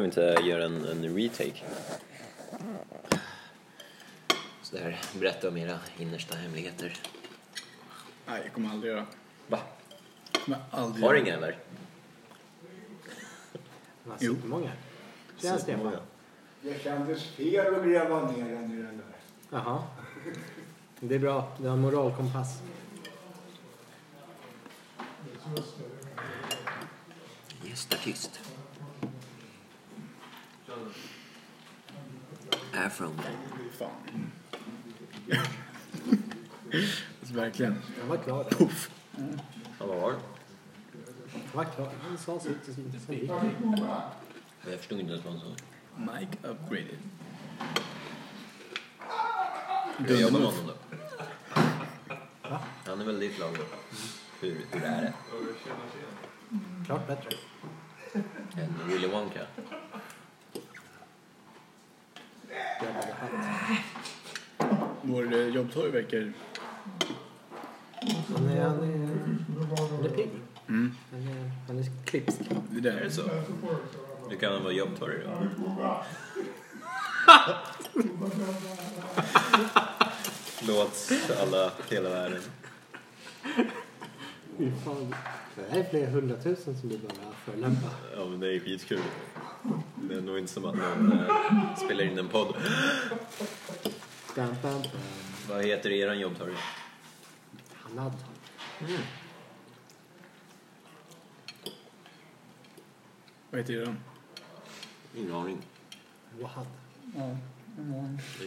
vi inte göra en, en retake. Så där, berätta om era innersta hemligheter. Nej, jag kommer aldrig göra. Va? Jag kommer aldrig Har du göra. inga eller? Det var Jo. supermånga. Det är Stefan. Det kändes fel att gräva ner den i den där. Jaha. Det är bra. Du har en moralkompass. Gästartist. Afron. Fan. alltså, verkligen. Han var klar. Ja, vad var det? Han var klar. Han sa sitt och sitt. Sen gick Jag förstod inte ens vad han sa. Mike upgraded. Hur jobbar man med honom då? Han är väl ditt lag då? Hur, hur är det? han klart bättre. En Willy Wonka? Grabbade hatt. Vår eh, jobbtorg verkar... Han är, han är, han är pigg. Han är, han är klipsk. Det där är så. Du kan vara jobbtorg då? Låt alla, hela världen. Fy fan. Det här är flera hundratusen som du bara förolämpa. Ja men det är skitkul. Det är nog inte som att någon eh, spelar in en podd. Bam, bam. Vad heter eran jobbtorg? Hanad. Vad heter den? Ingen aning. Wahad.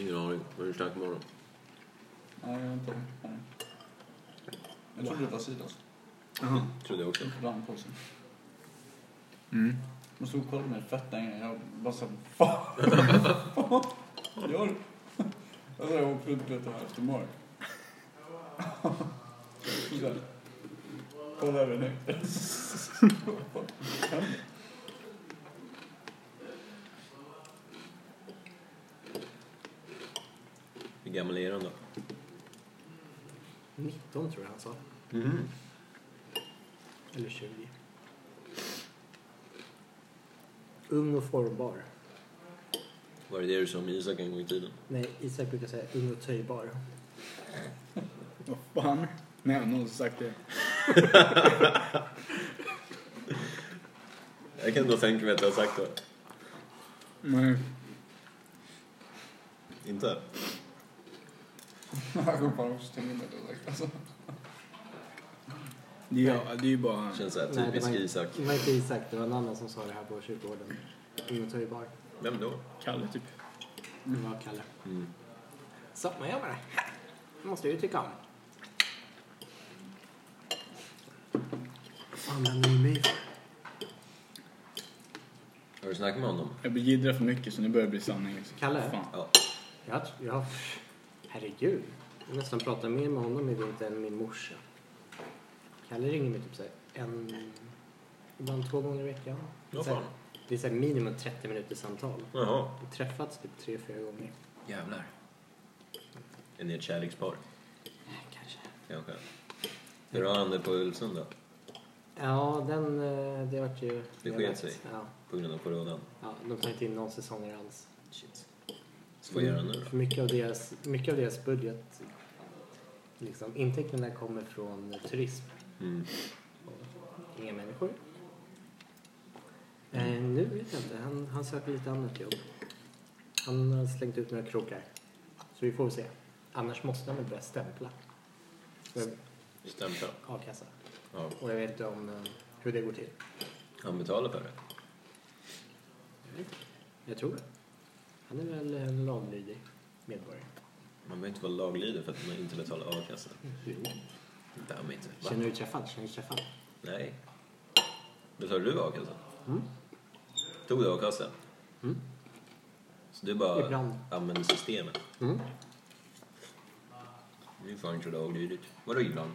Ingen aning. Var du stark imorgon? Nej, jag inte. Jag trodde det var Sidas. Trodde jag också. Brandpåsen. Mm. De stod och kollade mig fett länge. Jag bara såhär, fan. Vad gör du? Alltså jag åkte runt lite här efter Mark. Sådär. Kolla över nu. Vad händer? Hur gammal är han då? 19 tror jag han sa. Mhm. Eller 20. Ung och formbar. Var det det du sa om Isak en gång i tiden? Nej, Isak brukar säga ung och töjbar. Vad fan? Nej, någon har sagt det. Jag kan ändå tänka mig att jag har sagt det. Nej. Inte? Jag kommer bara också tänka mig det sagt alltså. Ja, det är ju bara... Känns såhär Nej, det var typisk inte- Isak. Det var inte Isak, det var en annan som sa det här på kyrkogården. Ung och töjbar. Vem då? Kalle typ. Det var Kalle. Mm. Så, man gör det. Det måste jag ju tycka om. Vad fan lämnar ni mig för? Har du snackat med honom? Jag blir jiddrad för mycket så nu börjar det bli sanning liksom. Kalle? Fan. Ja. Jag, jag, herregud. Jag har nästan pratat mer med honom i vinter än min morsa. Kalle ringer mig typ så här en, ibland två gånger i veckan. Ja, Så här- fan. det är så här minimum 30 minuter samtal. Jaha. Vi har träffats typ tre, fyra gånger. Jävlar. Är ni ett kärlekspar? Kanske. Kanske. Hur har han det på Ulvsund då? Ja, den, eh, det vart ju... Det sket ödelagt. sig. Ja, På grund av coronan? ja, de tar inte in någon säsonger alls. Shit. Så vad gör han nu då? För mycket av deras, mycket av deras budget, liksom, intäkterna kommer från turism. Mm. Och Inga människor. Eh, nu vet jag inte, han, han söker lite annat jobb. Han har slängt ut några krokar. Så vi får väl se. Annars måste han väl börja stämpla. Med Stämpla? a-kassa. Ja. Och jag vet inte om eh, hur det går till. Han betalar för det? Jag tror det. Han är väl en laglydig medborgare. Man behöver inte vara laglydig för att man inte betalar a-kassa. Damn inte. Va? Känner du dig träffad? Känner du dig träffad? Nej. Betalar du a-kassa? Mm. Tog du a-kassa? Mm. Så du bara Ibland. använder systemet? Mm. Det är fan inte laglydigt. Vadå ibland?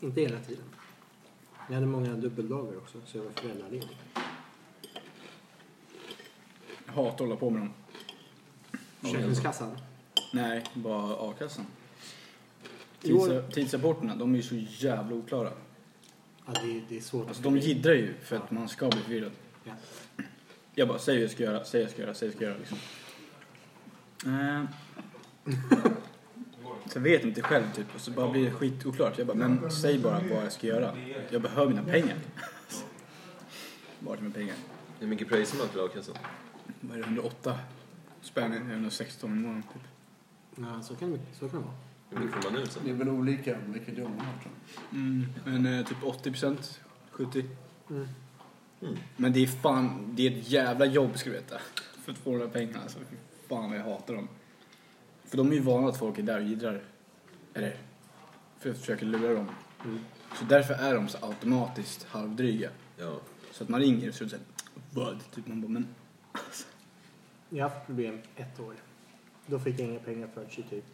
Inte hela tiden. Jag hade många dubbeldagar också, så jag var föräldraledig. Jag hatar att hålla på med dem. Försäkringskassan. Nej, bara a-kassan. I år- Tidsa- Tidsrapporterna, de är ju så jävla oklara. Ja, det, det är svårt. Alltså de jiddrar ju för att man ska bli förvirrad. Ja. Jag bara, säg vad jag ska göra, säg vad jag ska göra, säg vad jag ska göra liksom. Eh. Så jag Eh. vet inte själv typ och så bara blir det skitoklart. Jag bara, men säg bara vad jag ska göra. Jag behöver mina pengar. Vart är mina pengar? Hur mycket pröjsar man till a-kassan? Vad är det, 108 spänn? 116 i månaden typ. Ja, så kan det, så kan det vara. Hur mycket får man nu sen? Det är väl olika vilket jobb man har tror Mm, men eh, typ 80 procent, 70. Mm. Mm. Men det är fan, det är ett jävla jobb ska du veta. För att få de där pengarna alltså. Fy fan vad jag hatar dem. För de är ju vana att folk är där och jiddrar. Eller, för jag försöker lura dem. Mm. Så därför är de så automatiskt halvdryga. Ja. Så att man ringer så är det såhär, vad? Typ man bara, men Jag har haft problem ett år. Då fick jag inga pengar förrän i typ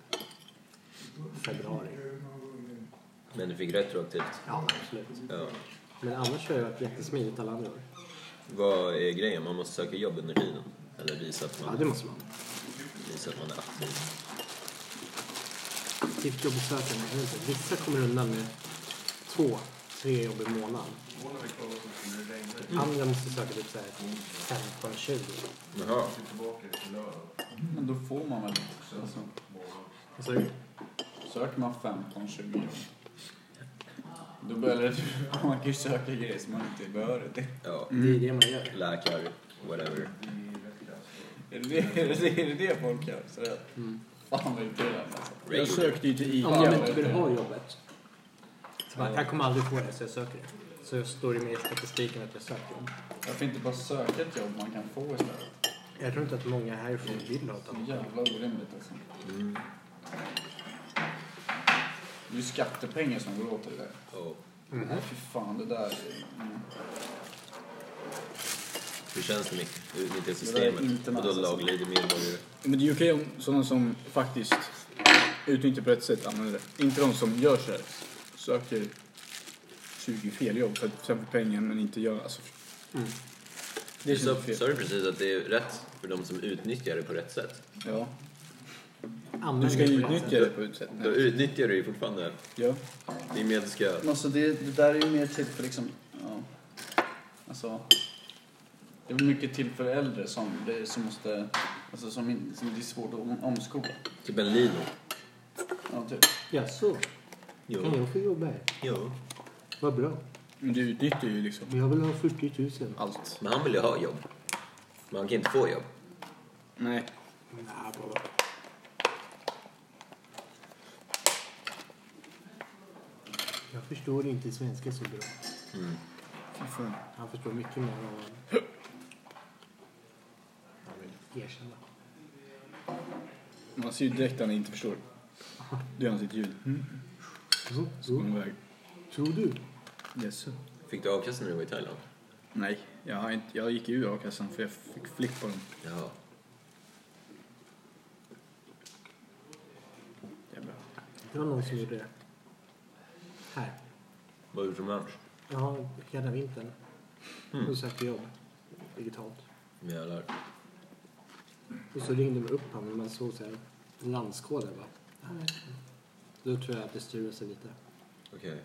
februari. Men du fick retroaktivt? Ja, absolut. Ja. Men annars har jag varit jättesmidigt alla andra år. Vad är grejen? Man måste söka jobb under tiden? Eller visa att Ja, man, det måste man. visa att man är aktiv? Typ jobbsökande, jag vet inte. Vissa kommer undan med två, tre jobb i månaden. Andra måste söka typ såhär 15, 20. Jaha. jag. Men då får man väl alltså, Vad sa du? Söker man 15-20 jobb. Då börjar det, man kan ju söka grejer som man inte är behörig till. Ja. Det är det man gör. Läkare, whatever. Är det det, är det, är det, det folk gör? Så det, Mm. fan vad irriterande alltså. jag sökte ju till ICA. Om man inte vill ha jobbet. Så bara, jag kommer aldrig få det, så jag söker det. Så jag står det med i statistiken att jag söker jobb. Varför inte bara söka ett jobb man kan få istället? Jag tror inte att många härifrån vill ha ett Så annat jobb. jävla orimligt alltså. Det är ju skattepengar som går åt till det där. Ja. Nej fy fan, det där är- mm. Hur känns det Mick? Du utnyttjar Det där är systemet. inte Och då nice, alltså. laglydig medborgare. Men det är ju okej om sådana som faktiskt utnyttjar på rätt sätt använder det. Inte de som gör så här. Söker 20 fel jobb för att sen få pengar men inte gör... Alltså, Mm. Det Du känns sa, sa fel. du precis att det är rätt för de som utnyttjar det på rätt sätt? Ja. Använd Du ska det ju på rätt utnyttja sätt. det på ett sätt. Då utnyttjar du ju fortfarande. Ja. Det är med ska... Men Alltså det, det där är ju mer till för liksom, ja. Alltså. Det är väl mycket till för äldre som, det, som måste, alltså som, in, som det är svårt att om, omskola. Typ en lino. Ja, typ. Ja, så. Mm. Kan Mm. jag få jobba här? jo. Vad bra. Men du utnyttjar ju liksom Jag vill ha 40 000. allt. Men han vill ju ha jobb. Men han kan inte få jobb. Nej. Nej, bara. Jag förstår inte svenska så bra. Fy fan. Han förstår mycket mer än vad han vill erkänna. Man ser alltså, ju direkt när han inte förstår. Då gör han sitt ljud. Mm. Jo, Så går jo. han iväg. mm. Tror du? Yes. sir. Fick du a-kassa när du var i Thailand? Nej, jag, har inte, jag gick ur a-kassan för jag fick flipp på dem. Jaha. Jävlar. Det var någon som gjorde det. Här. Var utomlands? Ja, hela vintern. Då sökte jag jobb. Digitalt. Jävlar. Och så ringde de upp honom och man såg så här landskoden. va? Nej. Då tror jag att det strulade sig lite. Okej.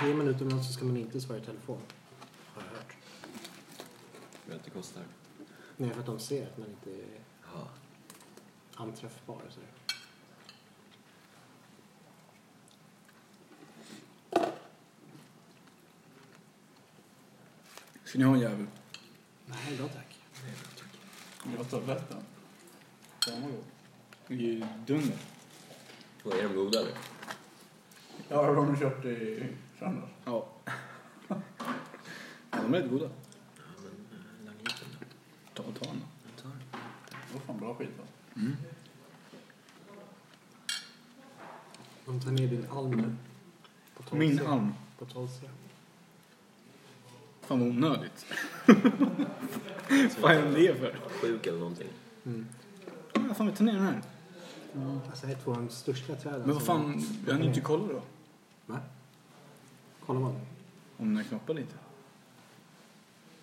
Så är man utomlands så ska man inte svara i telefon. Har jag hört. För att det kostar. Nej, för att de ser att man inte är Jaha. anträffbar. och Så där. Ska ni ha en jävel? Nej, då tack. Det var tabletten. Den var god. Det är ju dunder. Vad är de goda eller? Ja, har de köpt i söndags? Ja. ja de är rätt goda. Ta, ta en. Det var fan bra skit va? De tar ner din alm nu. På tolv Min C. alm. På 12 C. Fan vad onödigt. vad är det för? Sjuk eller någonting. Mm. Ja, fan vi tar ner den här. Alltså, det här är två av de största träden. Mm. Men vad som- fan, jag hann ju inte kolla då. Va? Kolla vad. Om den knoppar lite.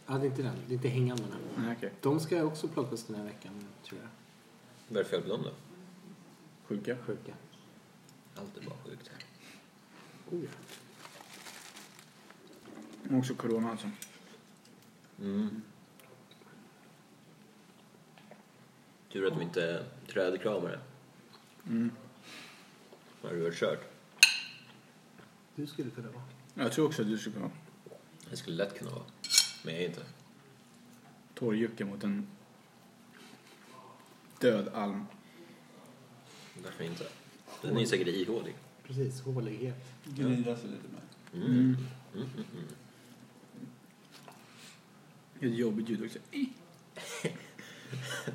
Ja, det är inte den. Det är inte hängandarna. Nej okej. De ska jag också plockas den här veckan, tror jag. Varför hjälper de då? Sjuka. Sjuka. Allt är bara sjukt här. Oh, ja. Men också corona alltså. Mm. Tur att de inte är trädkramare. Mm. Då hade det varit kört. Du skulle kunna vara. Jag tror också att du skulle kunna Det skulle lätt kunna vara. Men jag är inte. torrjucka mot en död alm. Därför inte. Den är ju säkert ihålig. Precis, hålighet. Glida sig lite med. Mm. Ett Mm. jobbigt ljud också. Det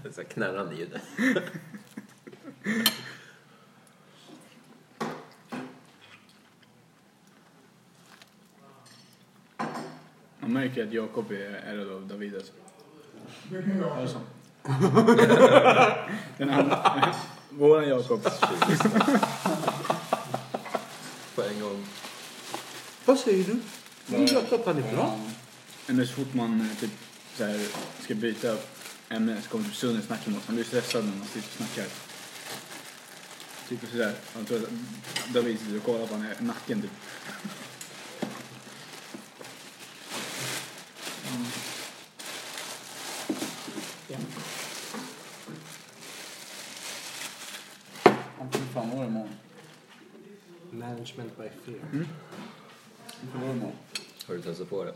är så här knarrande ljud. Man märker att Jakob är ärrad av David alltså. Är det så? Den andra, våran Jakob. På en gång. Vad säger du? Vad är- Jakob, han är bra. Ja. Nej, Men så Eh, fort man eh, typ så här, ska byta ämne så kommer typ Sunne snacka emot. Man blir stressad när man sitter och snackar. Typ sådär. Man tror att David sitter och kollar på honom i nacken typ. Ja. Han får fan vara imorgon. Management by fear. Mm. Han får vara imorgon. Har du testat på det?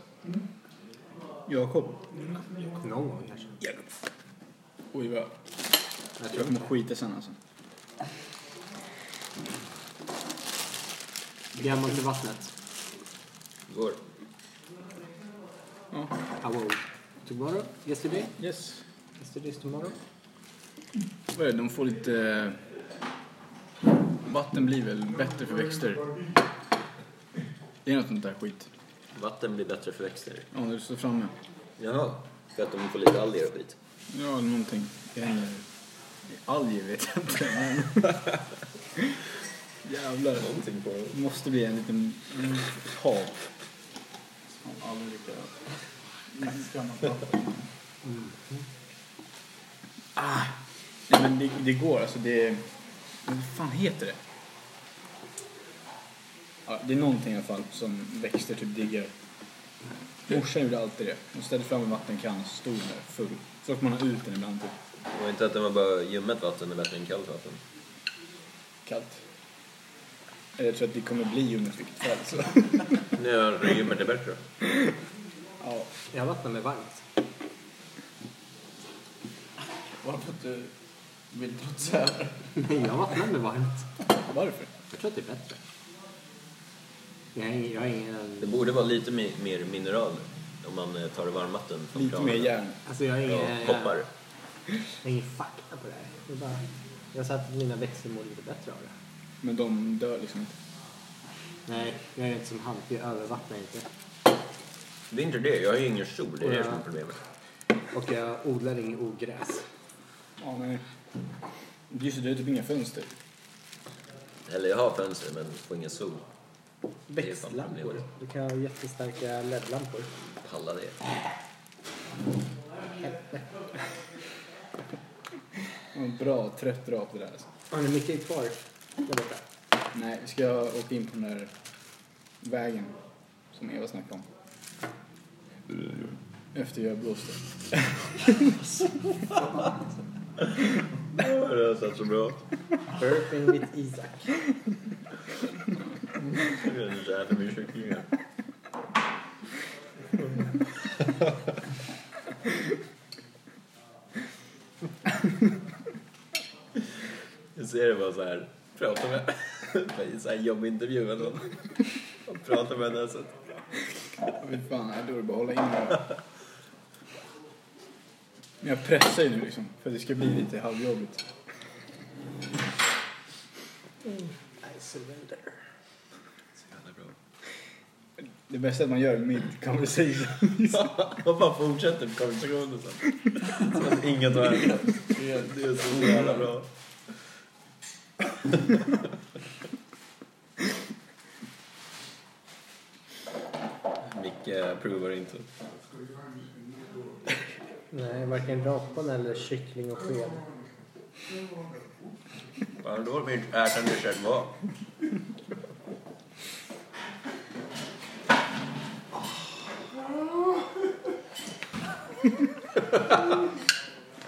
Jakob. Någon gång kanske. Oj vad... Jag Jag tror kommer inte. skita sen alltså. Gammal till vattnet. Går. Ja. How old? Ah, Tomorrow? Yesterday? Yes. Yesterday's tomorrow? Vad är det? De får lite... eh, Vatten blir väl bättre för växter? Det är något sånt där skit. Vatten blir bättre för växter. Ja, när du står framme. Jaha. För att de får lite alger och skit. Ja, eller någonting. Det händer. Alger vet jag inte. Men... Jävlar. Någonting på dem. Det måste bli en liten hav. Han har aldrig lyckats. Gammalt vatten. Ah, Nej, men det, det går alltså. Det... men Vad fan heter det? Ja, det är någonting i alla fall som växter typ diggar. Morsan gjorde alltid det. Hon ställde fram en vattenkanna så stod den där full. Så åkte man ha ut den ibland typ. Och inte att det var bara ljummet vatten är bättre än kallt vatten. Kallt. Eller jag tror att det kommer bli ljummet vilket fall. Så. Nu är ljummet är bättre. Ja. Jag vattnar med varmt. Varför att du vill trotsa över? Nej, jag vattnar med varmt. Varför? Jag tror att det är bättre. Jag har ingen... Jag har Det ingen borde vara lite mi- mer mineraler om man eh, tar varmvatten från Lite mer järn. alltså jag har ingen... Ja, koppar. Jag har ingen fakta på det här. Jag, bara, jag sa att mina växter mår lite bättre av det. Men de dör liksom inte. Nej, jag är inte som han. Jag övervattnar inte. Det är inte det, jag har ju ingen sol. Det är det som är Ja. problemet. Och jag odlar inget ogräs. Ja, nej. Just det, du har typ inga fönster. Eller jag har fönster men får ingen sol. Det är fan Växtlampor. problemet. Du kan ha jättestarka LED-lampor. Pallar det. En bra trött rap det där alltså. Har ni mycket kvar där borta? Nej, vi ska åka in på den där vägen som Eva snackade om. Efter jag blåste. Det har satt så bra. Burping with Isak. Jag är för min kycklingar. Jag ser det bara så här. Prata med... I så här jobbintervju med någon. Och prata med henne. så att- Fy fan, nej, då är det bara att hålla in det. Men jag pressar ju nu liksom, för det ska bli lite halvjobbigt. I surrender. Det bästa är att man gör mid conversation. Och bara fortsätter på konversationen sen. Som att inget har hänt. Det är- Det är så jävla bra. Micke provar inte. Nej, varken rapan eller kyckling och sked. Fan, då blir det ätande själva.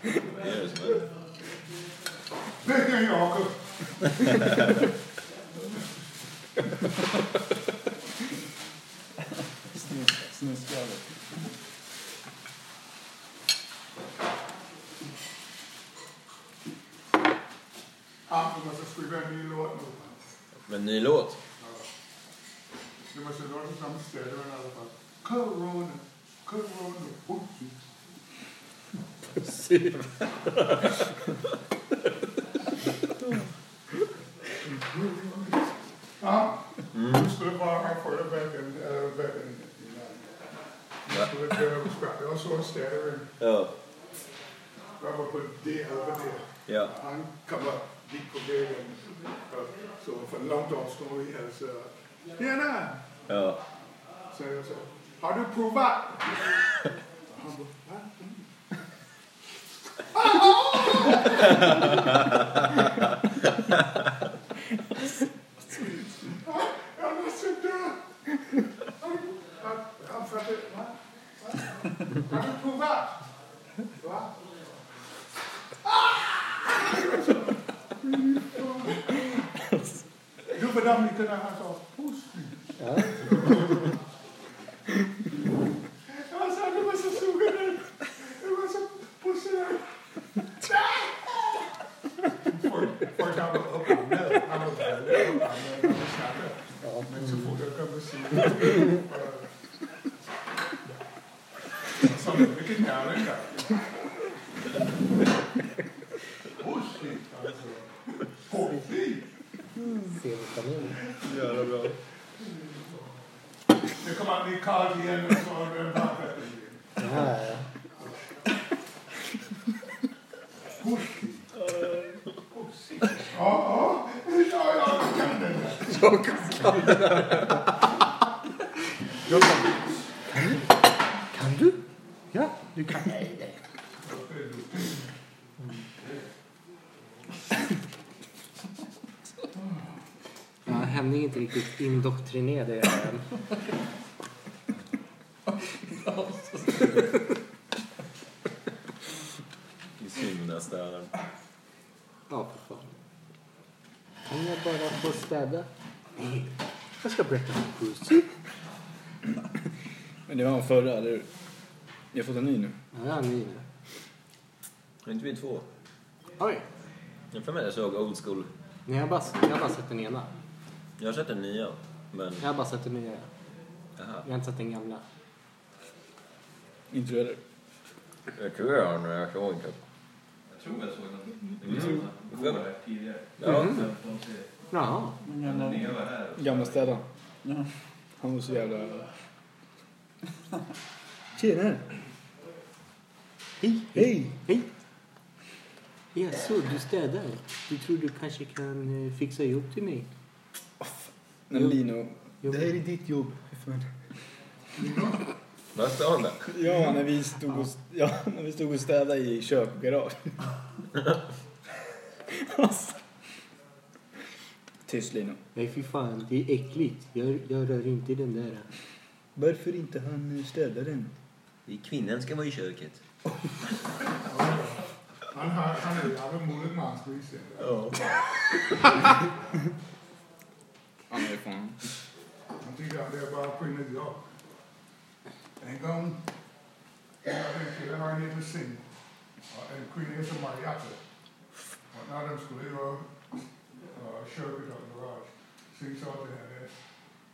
Det är det som är. Vet du Jakob? Snus- Snusgövel. Anton måste skriva en ny låt nu. Men ny låt. Det måste vara någon som stöder den i alla fall. Corona, corona, bullshit. Ja, du skulle bara ha förra veckan, äh, veckan innan. Du skulle behöva skratta. Jag såg Städaren, Ja. jag var på det, över det. Ja. Han kommer dit på vägen. Så från långt avstånd i hans... Tjena! Ja. Så jag sa, har du provat? Han bara, va? Han var så död. Han- Han fattade, va? Va? Har du provat? Va? Du bedömde kunna ha så puss. Jag sa, du var så sugen. Du var så pussig. Folk har varit uppe och ned. Han var väldigt uppe och ned. Men så fort jag kom och såg Som är mycket närmare. Pussig, alltså. Pussig. C-vitamin. Jävla bra. Nu kommer han bli kall igen och så har du en vatten. Ja, ja. Ja, ja, ja, ja, jag kan den. Kan du? Ja, du kan. Ja, Henning är inte riktigt indoktrinerad i det här än. I simnäsdöden. Ja, för fan. Kan jag bara få städa? Nej, jag ska berätta för Pussy. Men det var förra, eller hur? Jag har fått en ny nu. Ja, jag är ny nu. Är inte vi två? Oj, Jag för mig jag såg old school. nej, jag har bara, jag har bara sett den ena. Jag har sett den nya. Men... Jag har bara sett den nya. Aha. Jag har inte sett den gamla. Inte du heller? Jag tror jag har den, men jag kommer inte. Jag tror jag såg den. Det var mm. igår här tidigare. Ja. Femton till- Jaha. Men Den jävla- nya var här. Gamla städaren. Ja. Han var så jävla... Tjenare! Hej, Hej! hej. Jaså, du städar? Du tror du kanske kan eh, fixa jobb till mig? Men Lino... Jo. är ditt jobb. Fan. Vad sa han där? Ja, när vi stod och, ja, när vi stod och städade i kök och garage. Alltså. Tyst Lino. Nej, fy fan. Det är äckligt. Jag, jag rör inte den där. Varför inte han eh, städaren? Kvinnan ska vara i köket. Han har, han är jävla modig man, ska vi se. Han är fan... Han tycker att det är bara skillnad jag. En gång, en av de killar han heter Singh. Och en kvinna heter Mariatte. Och när de skulle göra uh, köket och garage, Singh sa till henne,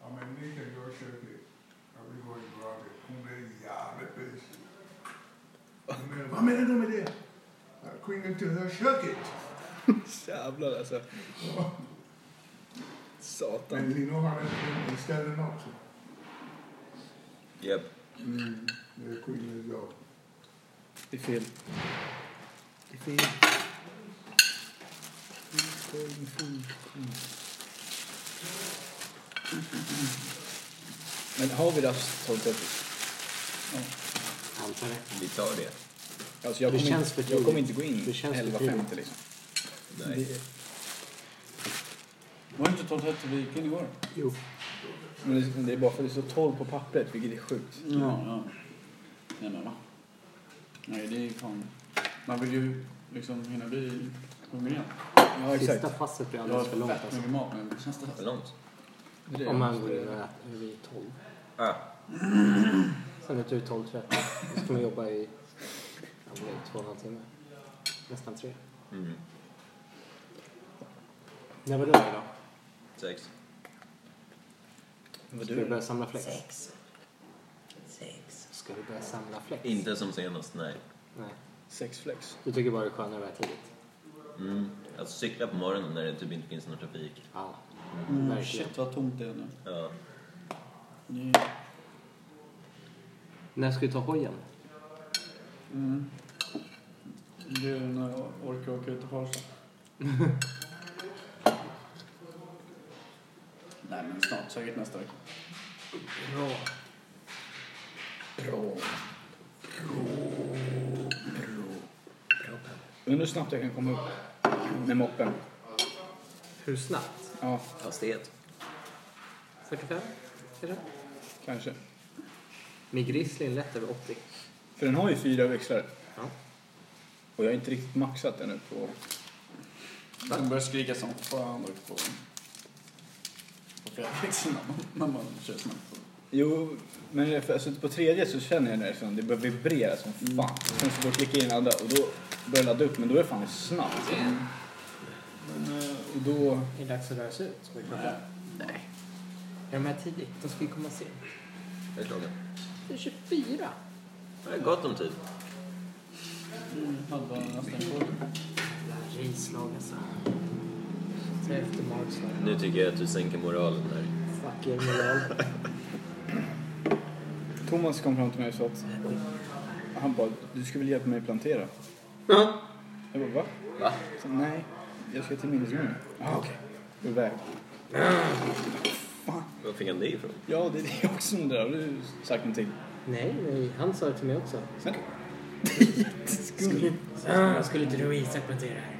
ja men ni kan göra köket. Jag vill gå i garaget. Hon blev jävligt besviken. Hon menade, Vad menar du med det? Att Kvinnan tillhör köket. Jävlar alltså. Men Satan. Lino har en inställning också. Japp. Det är kvinnans jobb. Det är fel. Det är fel. Men har vi rastorkat? Antar det. Vi tar det. Alltså jag Det kommer, känns inte, för jag kommer tidigt. inte gå in Det känns för 11.50 liksom. Nej. Det- Var inte 12.30 vi gick in igår? Jo. Men det, det är bara för att det står 12 på pappret, vilket är sjukt. Ja, ja. Nej men va? Nej, det är ju fan... Man vill ju liksom hinna bli hungrig igen. Ja, exakt. Sista passet blir Jag har alldeles för långt fett alltså. mycket mat med mig, känns det här. Balans. Det är eh, det. Om man går in och äter vid 12. Ah. Sen är det 12.30. Då ska man jobba i ja, vad blir det, två och en halv timme. Nästan tre. Mm. När var du där idag? Sex. Ska du börja samla fläck? Sex. Sex. Ska du börja samla fläck? Inte som senast, nej. Nej. Sex flex. Du tycker bara det är skönare att vara tidigt? Mm. Alltså cykla på morgonen när det typ inte finns någon trafik. Ja. Mm, Verkligen. shit vad tomt det är nu. Ja. Det är- När ska du ta hojen? Mm. Det är när jag orkar åka ut till Farsta. Nej men snart, säkert nästa vecka. Bra. Undrar hur snabbt jag kan komma upp med moppen. Hur snabbt? Ja, Hastighet. 45? Kanske? kanske. Med grizzlyn lätt över 80. För den har ju fyra växlar. Ja. Och jag har inte riktigt maxat ännu på... Man börjar skrika som fan och på, på Felix när man, när man kör snabbt. Jo, men jag- alltså, på tredje så känner jag när det, som, det börjar vibrera som fan. Sen så får jag klicka in andra och då börjar jag ladda upp, men då är det fan snabbt. Men, eh, och då... Är det dags att röra sig ut? Ska vi prata? Nej. Är de här tidigt? De ska ju komma sent. Vad är klockan? Det är 24. Det är gott om tid. Halva nästan kvar. Det här rislag alltså. Ta efter Marksvall. Nu tycker jag att du sänker moralen där. Fuck er moral. Thomas kom fram till mig och sa att... Han bara, du ska väl hjälpa mig plantera? Jag bara, va? Va? Så, Nej, jag ska till minnesgången. Ah, okej. Då är jag iväg. Var fick han det ifrån? Ja, det är det jag också undrar. Har du sagt någonting? Nej, nej, han sa det till mig också. Sen, Skulle, ah, skulle inte du och Isak plantera här?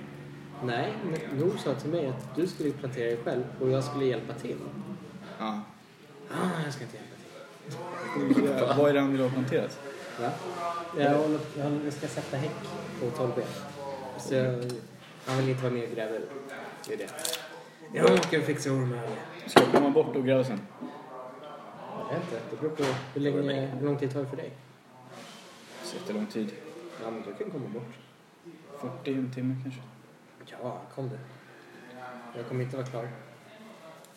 Nej, men Nor sa till mig att du skulle plantera dig själv och jag skulle hjälpa till. ja. Ah, jag ska inte hjälpa till. Vad är det han vill ha planterat? Va? Jag, håller, jag, håller, jag ska sätta häck på 12B. Så jag, han vill inte vara med och gräva ut. Det är det. Jag åker och fixar ormöga. Ska jag komma bort och gräva sen? Jag vet inte, det beror på hur, länge, hur lång tid tar det för dig? Så Jättelång tid. Ja, men du kan komma bort. 40 en timme kanske. Ja, kom du. Jag kommer inte vara klar.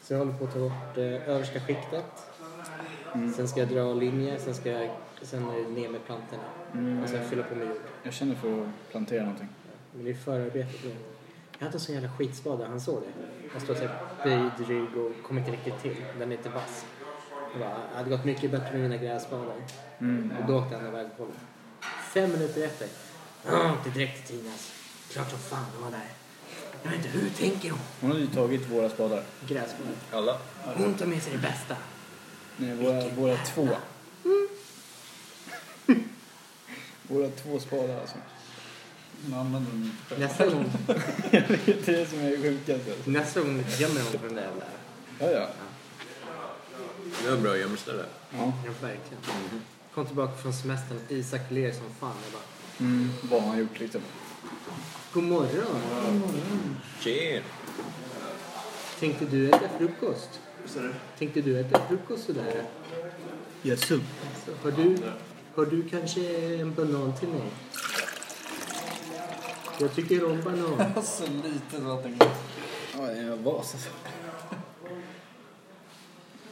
Så jag håller på att ta bort eh, översta skiktet. Sen ska jag dra linjer, sen ska jag sen är det ner med plantorna. Och sen fylla på med jord. Jag känner för att plantera någonting. Men det är förarbetet nu. Jag hade en sån jävla skitspade, han såg det. Jag står såhär böjd rygg och kom inte riktigt till. Den är inte vass. Jag bara, det hade gått mycket bättre med mina grässpadar. Och då åkte han iväg på mig. Fem minuter efter. Ah, åkte direkt till Tinas. Klart som fan hon var där. Jag vet inte, hur tänker hon? Hon hade ju tagit våra spadar. Gräsmattan. Alla? Hon tar med sig det bästa. Nej, våra, våra två. våra två spadar alltså. Man använder den inte Nästa själv. gång, Det är det som är sjukast alltså. nästa gång gömmer hon från det jävla... Ja, ja. Det var bra gömställe. ja. Ja, verkligen. Kom tillbaka från semestern, Isak ler som fan. Jag bara, Mm, vad har han gjort liksom? god morgon. Tje! Tänkte du äta frukost? Tänkte du äta frukost sådär? Jaså? Så, har, du, har du kanske en banan till mig? Jag tycker om banan. Alltså, Så litet vattenglas. Ja, det är en vas alltså.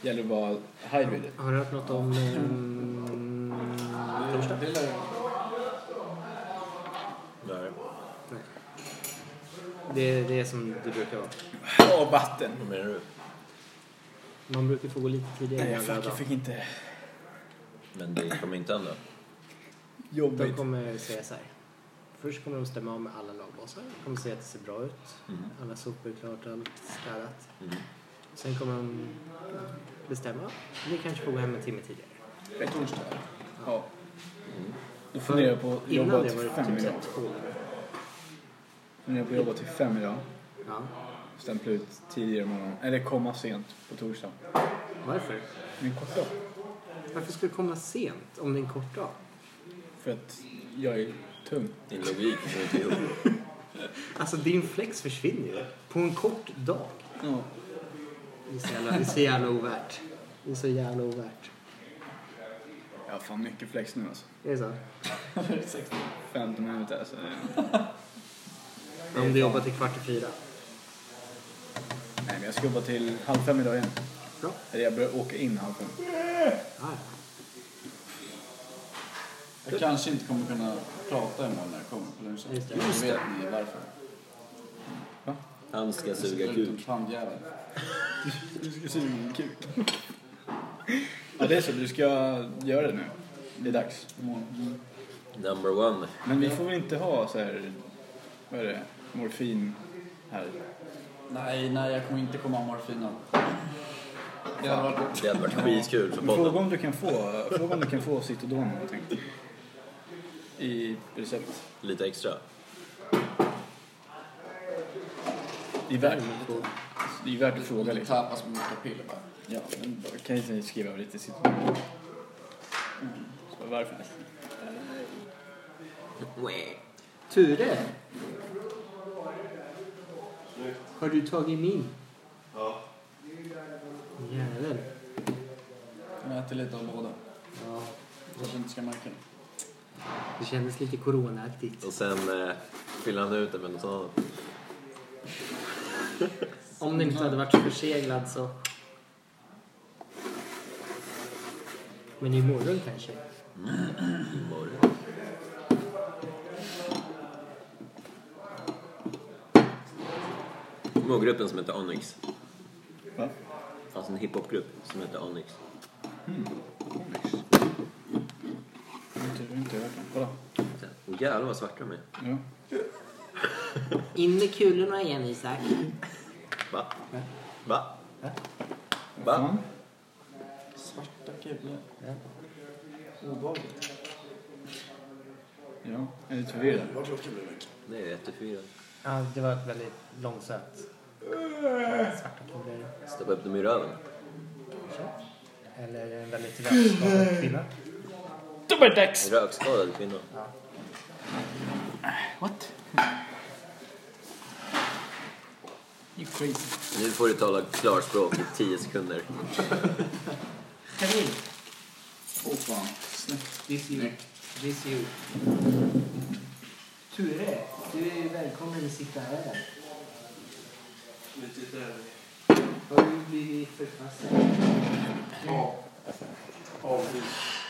Gäller bara hide vid det. Har du hört något om... ehm, torsdag? Det lär jag. Där. Nej. Det är det är som det brukar vara. Och vatten. Vad menar du? Man brukar få gå lite tidigare Nej, än jag, alla fick, jag dagar. fick inte Men det kommer inte hända. De jobbigt. kommer säga så här. Först kommer de stämma av med alla lagbasar. De kommer säga att det ser bra ut. Mm. Alla sopor är klart, allt städat. Sen kommer de bestämma. Ni kanske får gå hem en timme tidigare. Torsdag. Ja. Då funderar jag på att Innan jobba det till var det fem typ idag. såhär två. Funderar på att jobba till fem idag. Ja. Stämpla ut tidigare imorgon. Eller komma sent på torsdag. Varför? Men kort då. Varför ska du komma sent om det är en kort dag? För att Jag är tung. Din logik går inte ihop. Alltså din flex försvinner ju. På en kort dag. Ja. Det är så jävla, det är så jävla ovärt. Det är så jävla ovärt. Jag har fan mycket flex nu alltså. Det är så. 15 minuter alltså. Om du jobbar till kvart i fyra. Nej men jag ska jobba till halv fem idag igen. Bra. Eller jag börjar åka in halv fem. Ah, Jag kanske inte kommer kunna prata imorgon när jag kommer på lunchen. Just det. Då vet ni varför. Han ska suga Förutom kuk. tandjäveln. Du ska suga min kuk. Ja det är så, du ska göra det nu. Det är dags. Imorgon. Number one. Men vi får väl inte ha så här, vad är det, morfin här? Nej, nej, jag kommer inte komma ha morfin av. Det hade varit gott. Det hade varit skitkul för Men Fråga podden. om du kan få, fråga om du kan få Citodon eller någonting. I recept. Lite extra. Det är värt, det är värt att fråga Det liksom. tapas med mycket piller bara. Ja, men då kan jag inte skriva över lite Citodon. Mm. Så varför? Wee. Ture. Har du tagit min? Ja. Jävel. Jag äter lite av båda. Ja. Kanske inte ska märka det. Det kändes lite coronaaktigt. Och sen eh, fyller han ut det med något annat. Om den inte hade varit så förseglad så... Men imorgon kanske? Imorgon. Kommer du ihåg gruppen som hette Onyx? Va? Det fanns en hiphopgrupp som hette Onyx. Hmm. Jag har inte- jag har inte hört den. Kolla. Och jävlar vad svarta de är. Ja. In med kulorna igen Isak. Va? Va? Va? Svarta kulor. Obehagligt. Ja, jag är lite förvirrad. Vart jag skulle väck. Det är jättefyra. Ja, det var ett väldigt långsökt. Svarta kulor. Stoppa upp dem i röven. Eller en väldigt rökskadad kvinna. En rökskadad kvinna. What? You crazy. Nu får du tala klarspråk i 10 sekunder. Karin, Åh fan. this you. This you. Ture, du är välkommen att sitta här. Har du blivit förpassad? Av, av